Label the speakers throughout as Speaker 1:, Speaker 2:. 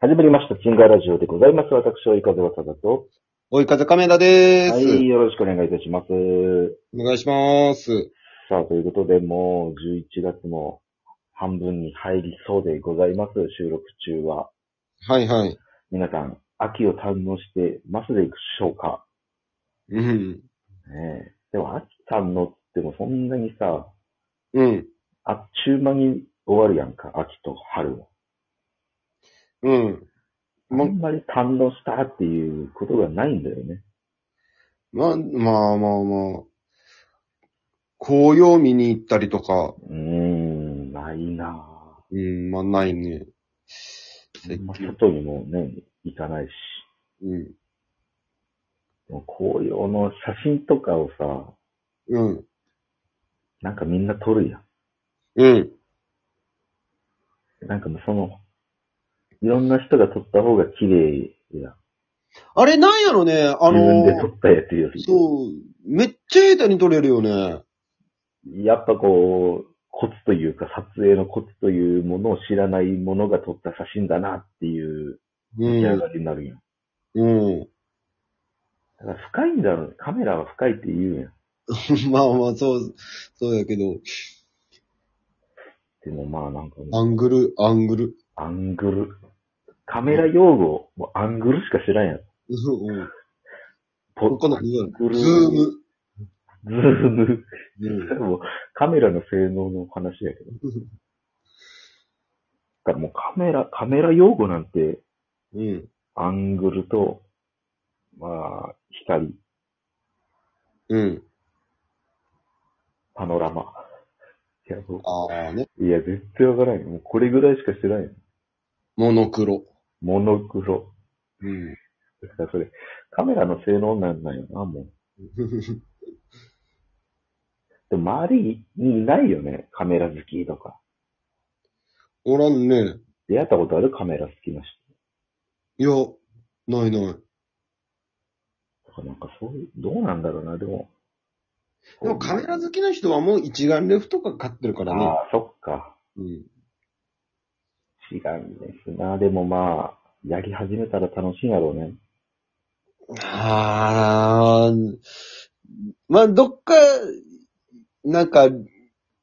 Speaker 1: 始まりました、チンガーラジオでございます。私、追い風はさだと。
Speaker 2: 追い風カメラでーす。
Speaker 1: はい、よろしくお願いいたします。
Speaker 2: お願いします。
Speaker 1: さあ、ということで、もう11月も半分に入りそうでございます、収録中は。
Speaker 2: はいはい。
Speaker 1: 皆さん、秋を堪能してますでいくしょうか。
Speaker 2: うん。
Speaker 1: ねえでも、秋堪能ってもそんなにさ、
Speaker 2: うん。
Speaker 1: あっちゅう間に終わるやんか、秋と春を。
Speaker 2: うん。
Speaker 1: あ
Speaker 2: ま
Speaker 1: んまり堪能したっていうことがないんだよね。
Speaker 2: ま、まあまあまあ。紅葉見に行ったりとか、
Speaker 1: うーん、ないなぁ。
Speaker 2: うん、まあないね。最
Speaker 1: まあ
Speaker 2: 近
Speaker 1: 外にもね、行かないし。
Speaker 2: うん。
Speaker 1: でも紅葉の写真とかをさ、
Speaker 2: うん。
Speaker 1: なんかみんな撮るや
Speaker 2: うん。
Speaker 1: ん。なんかもうその、いろんな人が撮った方が綺麗やん。
Speaker 2: あれなんやろね、あ
Speaker 1: 自分で撮
Speaker 2: の、
Speaker 1: ったやつより。
Speaker 2: そう、めっちゃ下手に撮れるよね。
Speaker 1: やっぱこう、コツというか、撮影のコツというものを知らないものが撮った写真だなっていう
Speaker 2: う
Speaker 1: 出来上
Speaker 2: ん。
Speaker 1: がりになるやん。
Speaker 2: うん。
Speaker 1: だから深いんだろうね。カメラは深いって言うやん。
Speaker 2: まあまあ、そう、そうやけど、
Speaker 1: でもまあなんかもう
Speaker 2: アングル、アングル。
Speaker 1: アングル。カメラ用語、もうアングルしか知らんやん。
Speaker 2: うん。
Speaker 1: ポ
Speaker 2: ここの、ズ
Speaker 1: グル
Speaker 2: ーム。
Speaker 1: ズーム。
Speaker 2: うん。
Speaker 1: もうカメラの性能の話やけど。だからもうカメラ、カメラ用語なんて、
Speaker 2: うん。
Speaker 1: アングルと、まあ、光、
Speaker 2: うん。
Speaker 1: パノラマ。いや、も
Speaker 2: ああね。
Speaker 1: ういや、絶対わからんよ。もうこれぐらいしかしてないよ。
Speaker 2: モノクロ。
Speaker 1: モノクロ。
Speaker 2: うん。
Speaker 1: だからそれ、カメラの性能なんなんよな、もう。でも周りにいないよね、カメラ好きとか。
Speaker 2: おらんね。
Speaker 1: 出会ったことあるカメラ好きな人。
Speaker 2: いや、ないない。
Speaker 1: とか、なんかそういう、どうなんだろうな、でも。
Speaker 2: でもカメラ好きな人はもう一眼レフとか買ってるからね。
Speaker 1: ああ、そっか。
Speaker 2: うん。
Speaker 1: 違うんですな。でもまあ、やり始めたら楽しいんやろうね。
Speaker 2: ああ、まあ、どっか、なんか、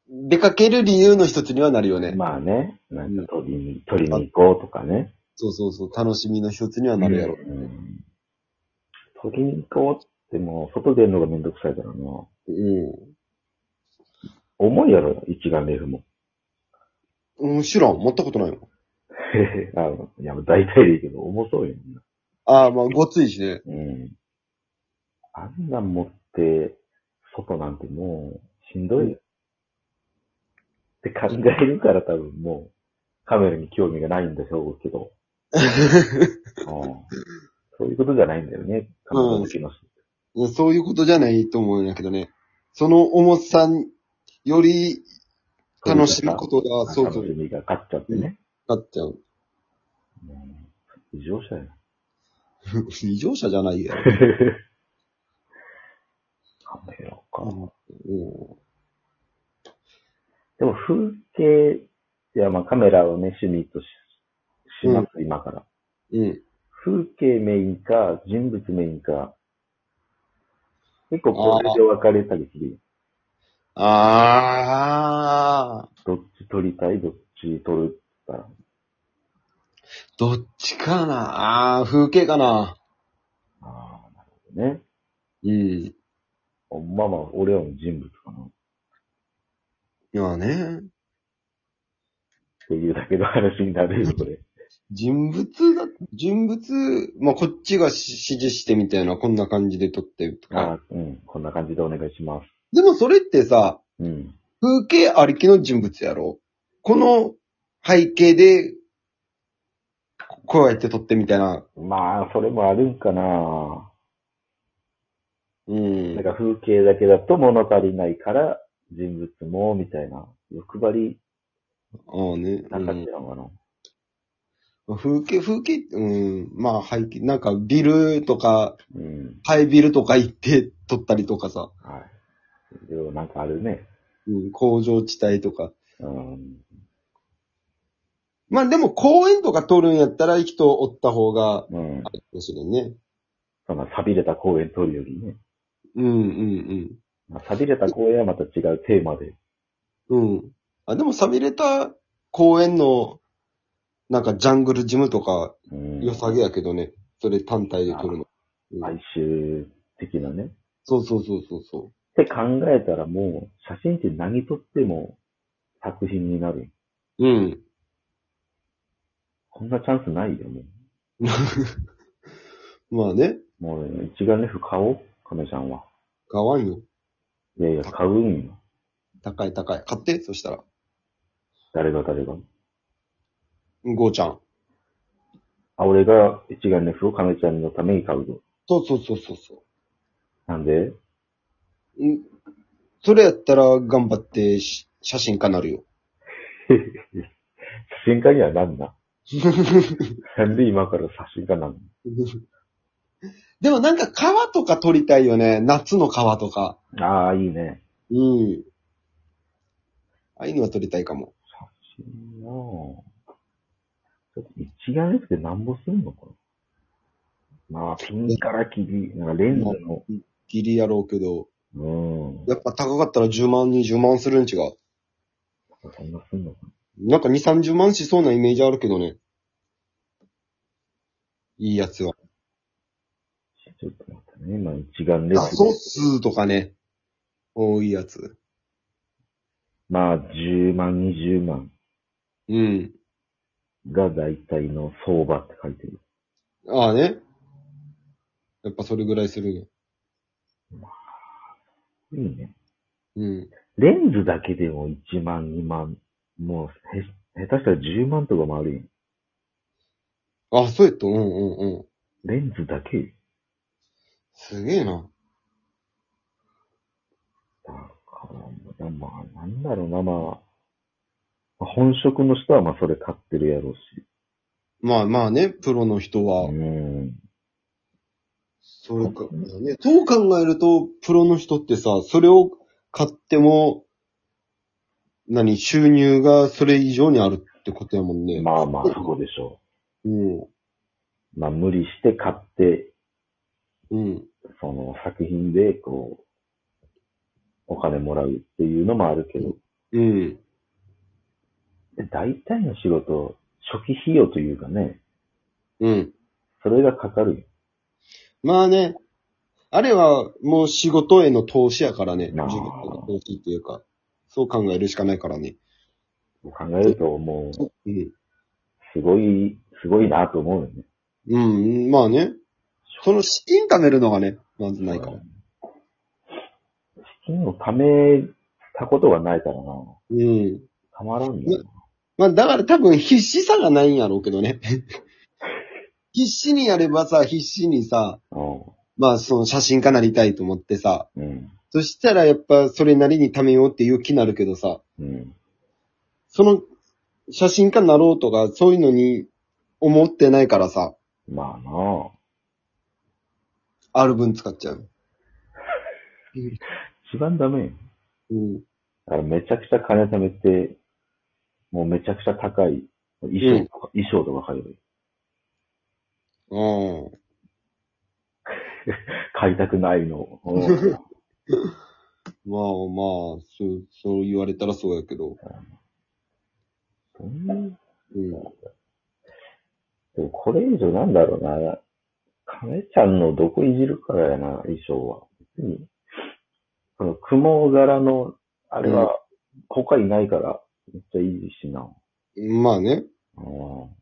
Speaker 2: 出かける理由の一つにはなるよね。
Speaker 1: まあね、なんか取りに、取りに行こうとかね。
Speaker 2: そうそうそう、楽しみの一つにはなるやろ。
Speaker 1: うん。取りに行こうってもう、外出るのがめんどくさいからな。
Speaker 2: う
Speaker 1: 重いやろ、一眼レフも。
Speaker 2: ん。うん、知らん。持ったことないよ。
Speaker 1: へへあのいや、大体でいいけど、重そうよ、みんな。
Speaker 2: ああ、まあ、ごついしね。
Speaker 1: うん。あんなん持って、外なんてもう、しんどいよ。って考えるから多分もう、カメラに興味がないんでしょうけ ど。うんそういうことじゃないんだよね。カメラ好きの人。
Speaker 2: そういうことじゃないと思うんだけどね。その重さんより楽しむことが、そうそ
Speaker 1: 楽し
Speaker 2: う、
Speaker 1: みが勝っちゃってね。
Speaker 2: なっちゃう。
Speaker 1: うん異常者やな。
Speaker 2: 異常者じゃない やろ。
Speaker 1: カメラか。
Speaker 2: うん
Speaker 1: でも風景、いやまあカメラをね、趣味としします、今から。
Speaker 2: うん。
Speaker 1: 風景メインか、人物メインか、結構これで分かれたりするよ。
Speaker 2: ああ、
Speaker 1: どっち撮りたい、どっち撮るか。
Speaker 2: どっちかな。ああ、風景かな。
Speaker 1: ああ、なるほどね。
Speaker 2: うん。
Speaker 1: まあまあ、俺はもう人物かな。っ
Speaker 2: まあね。
Speaker 1: ていうだけの話になる よ、これ。
Speaker 2: 人物だ、人物、まあ、こっちが指示してみたいな、こんな感じで撮ってと
Speaker 1: ああ、
Speaker 2: か。
Speaker 1: うん。こんな感じでお願いします。
Speaker 2: でもそれってさ、
Speaker 1: うん。
Speaker 2: 風景ありきの人物やろこの背景で、ここうやって撮ってみたいな。
Speaker 1: まあ、それもあるんかな。
Speaker 2: うん
Speaker 1: なんか風景だけだと物足りないから、人物も、みたいな。欲張り
Speaker 2: ああね。
Speaker 1: な感じなのかな。
Speaker 2: うん風景、風景、うん。まあ背景、なんかビルとか、
Speaker 1: うん。
Speaker 2: ハイビルとか行って撮ったりとかさ。
Speaker 1: はい。でもなんかあるね。
Speaker 2: うん、工場地帯とか。
Speaker 1: うん。
Speaker 2: まあでも公園とか通るんやったら人おった方が、
Speaker 1: うん。
Speaker 2: あれかもしれんね。
Speaker 1: そんな錆びれた公園通るよりね。
Speaker 2: うんうん
Speaker 1: まあ、錆びれた公園はまた違うテーマで。
Speaker 2: うん。うん。あ、でも寂れた公園の、なんかジャングルジムとか
Speaker 1: うん。
Speaker 2: 良さげやけどね。それ単体で撮るの。
Speaker 1: 哀愁的なね。っ
Speaker 2: そうそうそうそうそ
Speaker 1: て考えたらもう、写真って何撮っても作品になる。
Speaker 2: う。うん。
Speaker 1: こんなチャンスないよ、も
Speaker 2: まあね、
Speaker 1: う。もう、一眼レフ買おう亀ちゃんは。
Speaker 2: 買わんよ。
Speaker 1: いやいや、買うんよ。
Speaker 2: 高い高い。買って、そしたら。
Speaker 1: 誰が誰が。
Speaker 2: ゴーちゃん。
Speaker 1: あ、俺が一眼レフを亀ちゃんのために買うぞ。
Speaker 2: そうそうそうそうそ
Speaker 1: なんで
Speaker 2: う。んそれやったら頑張ってし写真家なるよ。
Speaker 1: 写真家にはなん な。なんで今から写真家なの
Speaker 2: でもなんか川とか撮りたいよね。夏の川とか。
Speaker 1: ああ、いいね。
Speaker 2: うん。ああいうのは撮りたいかも。
Speaker 1: 写真なぁ。ちょっと一眼レフってなんぼするのかなまあ、ピンから切り、なんかレンズの、
Speaker 2: ギリやろうけど。
Speaker 1: うん。
Speaker 2: やっぱ高かったら10万、20万するん違う。
Speaker 1: そんなすんのか
Speaker 2: なんか2、30万しそうなイメージあるけどね。いいやつは。
Speaker 1: なちょっと待ってね。まあ、一眼レ
Speaker 2: 画
Speaker 1: フ
Speaker 2: 素
Speaker 1: で。
Speaker 2: 数とかね。多いやつ。
Speaker 1: まあ、10万、20万
Speaker 2: うん。
Speaker 1: が大体の相場って書いてる。
Speaker 2: ああね。やっぱそれぐらいするんや。
Speaker 1: いいね。
Speaker 2: うん。
Speaker 1: レンズだけでも1万、2万、もうへ、下手したら10万とかもあるやん。
Speaker 2: あ、そうやった。うんうんうん。
Speaker 1: レンズだけよ
Speaker 2: すげえな。
Speaker 1: だから、まあ、なんだろうな、まあ、本職の人はまあそれ買ってるやろうし。
Speaker 2: まあまあね、プロの人は。
Speaker 1: うん。
Speaker 2: それか、ね。そう考えると、プロの人ってさ、それを買っても、何、収入がそれ以上にあるってことやもんね。
Speaker 1: まあまあ、そこでしょ
Speaker 2: うん。
Speaker 1: う。まあ、無理して買って、
Speaker 2: うん。
Speaker 1: その作品で、こう、お金もらうっていうのもあるけど、
Speaker 2: うん。
Speaker 1: で大体の仕事、初期費用というかね、
Speaker 2: うん。
Speaker 1: それがかかるよ。
Speaker 2: まあね、あれはもう仕事への投資やからね。自
Speaker 1: なあ
Speaker 2: 分の投資っていうか、そう考えるしかないからね。
Speaker 1: 考えると、もう、
Speaker 2: うん。
Speaker 1: すごい、すごいなと思うよね。
Speaker 2: うん、まあね。その資金貯めるのがね、まずないから。
Speaker 1: 資金を貯めたことがないからな。
Speaker 2: うん。
Speaker 1: たまらんよな。
Speaker 2: まあだから多分必死さがないんやろうけど ね。必死にやればさ、必死にさ、
Speaker 1: う
Speaker 2: まあその写真家なりたいと思ってさ、
Speaker 1: ん。
Speaker 2: そしたらやっぱそれなりに貯めようっていう気になるけどさ、
Speaker 1: うん。
Speaker 2: その写真家になろうとかそういうのに思ってないからさ、
Speaker 1: まあな
Speaker 2: ある分使っちゃう。
Speaker 1: 一番ダメよ。
Speaker 2: うん。
Speaker 1: だからめちゃくちゃ金貯めて、もうめちゃくちゃ高い衣装とか、衣装とか買えばいい。
Speaker 2: ああ。
Speaker 1: 買いたくないの。うん
Speaker 2: まあまあ、そう、そう言われたらそうやけど。
Speaker 1: そんなで
Speaker 2: うん。
Speaker 1: もこれ以上なんだろうな。亀ちゃんのどこいじるからやな、衣装は。別に、その雲柄の、あれは、他いないから、めっちゃいいしな。
Speaker 2: まあ ね。
Speaker 1: うん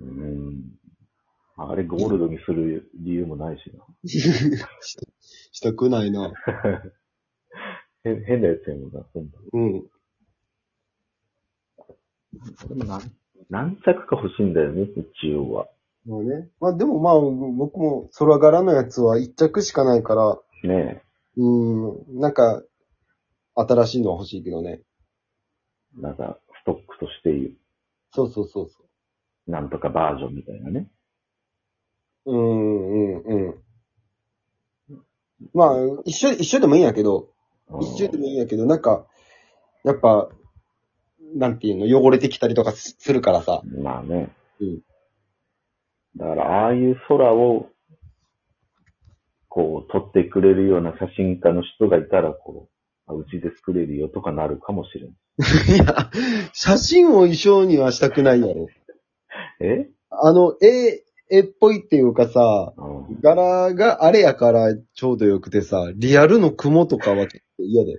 Speaker 1: うん。あれゴールドにする理由もないしな。
Speaker 2: したくないな。
Speaker 1: へ変なやつやもんな、そんな。
Speaker 2: うん。
Speaker 1: でも何、何着か欲しいんだよね、一応は。
Speaker 2: まあね。まあでもまあ、僕も空柄のやつは一着しかないから、
Speaker 1: ね
Speaker 2: うん、なんか、新しいのは欲しいけどね。
Speaker 1: え。なんか、ストックとして、
Speaker 2: そうそうそうそ
Speaker 1: なんとかバージョンみたいなね。
Speaker 2: う。うん、うん、うん。まあ、一緒、一緒でもいいんやけど、
Speaker 1: うん
Speaker 2: 一緒でもいいんやけど、なんか、やっぱ、なんていうの、汚れてきたりとかすするからさ。
Speaker 1: まあね。
Speaker 2: うん
Speaker 1: だから、ああいう空を、こう、撮ってくれるような写真家の人がいたら、こう、あうちで作れるよとかなるかもしれん。
Speaker 2: いや、写真を衣装にはしたくないやろ。
Speaker 1: え
Speaker 2: あの、絵、絵っぽいっていうかさ、
Speaker 1: うん。
Speaker 2: 柄があれやからちょうどよくてさ、リアルの雲とかは結構嫌だよ。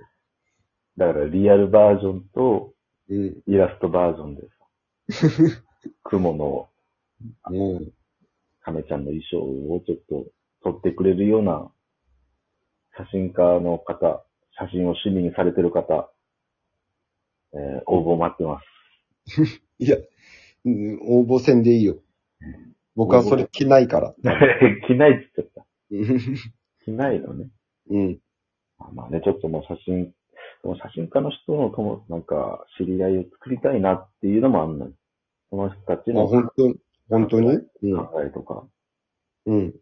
Speaker 1: だから、リアルバージョンと、
Speaker 2: うん。
Speaker 1: イラストバージョンでさ、 雲の
Speaker 2: うん。
Speaker 1: 亀ちゃんの衣装をちょっと撮ってくれるような写真家の方、写真を趣味にされてる方、えー応募待って ます。
Speaker 2: いや、うん、応募戦でいいよ。僕はそれ着ないから。
Speaker 1: 着ないって言っちゃっ
Speaker 2: うん
Speaker 1: た。着ないのね。
Speaker 2: うん。
Speaker 1: まあまあね、ちょっともう写真、でも写真家の人のとも、なんか、知り合いを作りたいなっていうのもあんのよ。その人たち
Speaker 2: まあ
Speaker 1: の
Speaker 2: 本当に、本当にうん。
Speaker 1: 考えとか、
Speaker 2: うん。
Speaker 1: ち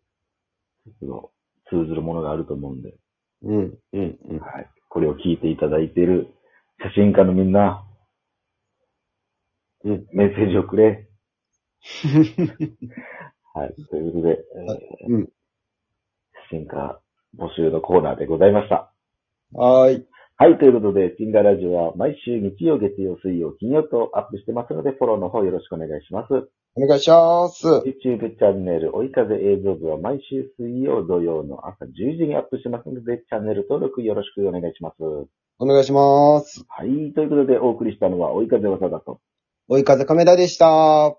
Speaker 1: ょっと通ずるものがあると思うんで、
Speaker 2: うん。うん。 うん
Speaker 1: はい。これを聞いていただいている写真家のみんな、
Speaker 2: うん。
Speaker 1: メッセージをくれ。はい。ということで、
Speaker 2: は
Speaker 1: えー
Speaker 2: うん
Speaker 1: 写真家募集のコーナーでございました。
Speaker 2: はーい。
Speaker 1: はい。ということで、ピンガラジオは毎週日曜、月曜、水曜、金曜とアップしてますので、フォローの方よろしくお願いします。
Speaker 2: お願いします。
Speaker 1: YouTube チャンネル、追い風映像部は毎週水曜、土曜の朝10時にアップしてますので、チャンネル登録よろしくお願いします。
Speaker 2: お願いします。
Speaker 1: はい。ということで、お送りしたのは、追い風技だと。
Speaker 2: 追い風カメラでした。